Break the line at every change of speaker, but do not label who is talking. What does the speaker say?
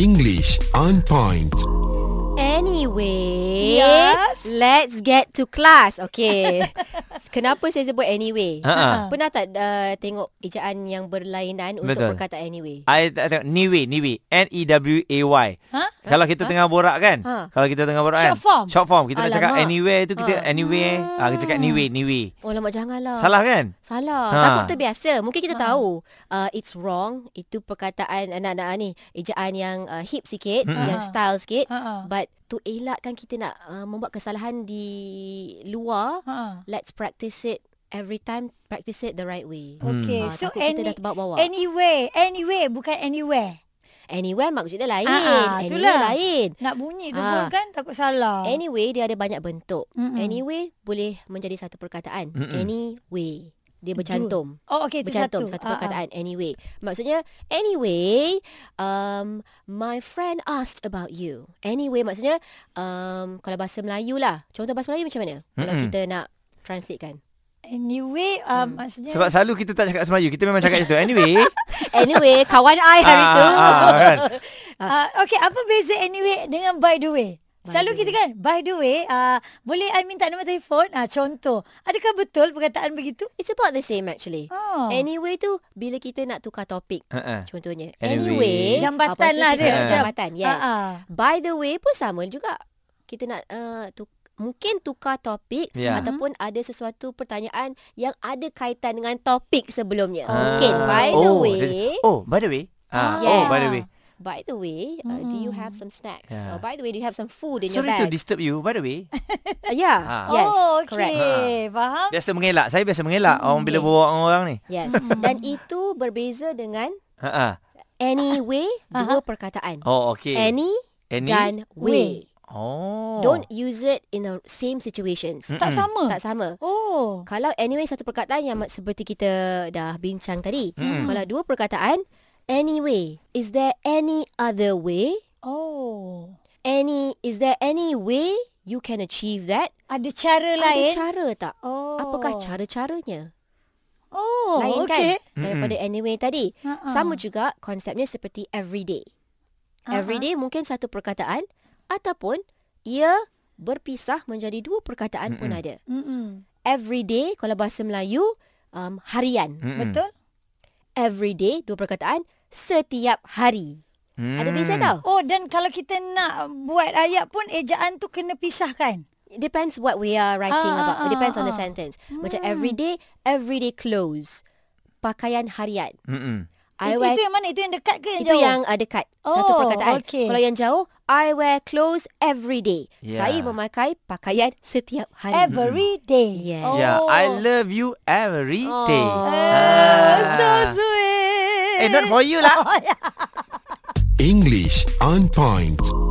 English on point.
Anyway,
Yes.
let's get to class. Okay. Kenapa saya sebut anyway?
Ha-ha.
Pernah tak uh, tengok ejaan yang berlainan untuk
Betul.
perkataan anyway?
I tak tengok Niwi, Niwi. N E W A Y.
Ha?
Kalau kita tengah borak kan?
Ha.
Kalau kita tengah borak
Short
kan?
form.
Short form. Kita nak cakap
Alamak.
anywhere tu kita
Ha.
anywhere. Ah kita cakap niwi, niwi.
Oh lama janganlah.
Salah kan?
Salah.
Ha.
Ha. Takut tu biasa. Mungkin kita
Ha.
tahu uh, it's wrong itu perkataan anak-anak ni ejaan yang uh, hip sikit,
Mm-mm.
yang style sikit.
Ha.
But to elakkan kita nak uh, membuat kesalahan di luar,
Ha.
let's practice it every time, practice it the right way.
Okay,
Ah,
so
takut kita
any,
dah terbawa-bawa.
anyway, anyway, bukan anywhere.
Anywhere maksudnya lain.
Ah, ah,
anywhere
itulah.
lain.
Nak bunyi tu
Ah.
pun kan takut salah.
Anyway dia ada banyak bentuk.
Mm-mm.
Anyway boleh menjadi satu perkataan.
Mm-mm.
Anyway. Dia bercantum.
Oh, okay, itu
bercantum
satu.
satu,
Ah, ah.
perkataan anyway. Maksudnya anyway um my friend asked about you. Anyway maksudnya um kalau bahasa Melayu lah. Contoh bahasa Melayu macam mana? Mm-mm. Kalau
Mm-mm.
kita nak translate kan.
ah. Anyway, uh,
Hmm.
maksudnya
Sebab selalu kita tak cakap semaju. Kita memang cakap macam tu. Anyway.
Anyway kawan I hari tu.
ah, kan?
Uh, okay, apa beza anyway dengan by the way?
By
Selalu
the
kita kan, by the way, uh, boleh I minta nombor telefon? Uh, contoh, adakah betul perkataan begitu?
It's about the same actually.
Oh.
Anyway tu bila kita nak tukar topik.
Ha, ha.
Contohnya
Anyway.
anyway,
Jambatan
apa
lah
sih
dia,
kita-
macam-
Jambatan yes
Ah, ah.
By the way pun sama juga Kita nak uh, tu, Mungkin tukar topik
Ya.
Ataupun ada sesuatu pertanyaan Yang ada kaitan dengan topik sebelumnya
Ah.
Mungkin By the
Oh,
way
jadi- Oh, by the way. Ah,
Yes.
Oh, by the way.
By the way uh, Do you have some snacks?
Ya.
Or by the way Do you have some food in
Sorry
your
to
bag?
disturb you. By the way.
Uh, yeah
Ah.
Yes
oh,
Correct
okay. Faham?
Biasa mengelak. Saya biasa mengelak orang bila
Okay.
bawa orang ni.
Yes Dan itu berbeza dengan
Ha ah.
Anyway
Ah,
Dua perkataan
Oh, okay.
Any,
Any?
dan way
Oh.
Don't use it in the same situations
Tak sama?
Tak sama
Oh.
Kalau anyway satu perkataan yang mak- seperti kita dah bincang tadi. Mm.
Hmm.
Kalau dua perkataan, anyway, is there any other way?
Oh.
Any is there any way you can achieve that?
Ada cara
Ada
lain?
cara tak?
oh.
Apakah cara-caranya?
Oh,
Lain
okay.
kan daripada anyway tadi.
Ha-ha.
Sama juga konsepnya seperti everyday. Everyday mungkin satu perkataan ataupun ia berpisah menjadi dua perkataan pun ada.
Mm-mm.
Everyday kalau bahasa Melayu um, harian.
Betul?
every day dua perkataan setiap hari.
Hmm.
Ada beza tau.
Oh, dan kalau kita nak buat ayat pun, ejaan tu kena pisahkan?
It depends what we are writing
Ah, ah,
about. It
ah,
depends on the
ah.
sentence. Macam every day, everyday clothes. Pakaian harian.
Mm-mm.
I
Itu,
wear
itu yang mana? Itu yang dekat ke yang
itu
jauh?
yang uh, dekat. Satu
Oh,
perkataan.
okay.
Kalau yang jauh, I wear clothes every day.
Yeah.
Saya memakai pakaian setiap hari.
Every day.
Yes.
Oh.
Yeah, I love you every day.
Oh.
Oh, so Oh.
Ah.
sweet.
Eh, not for you lah.
English on point.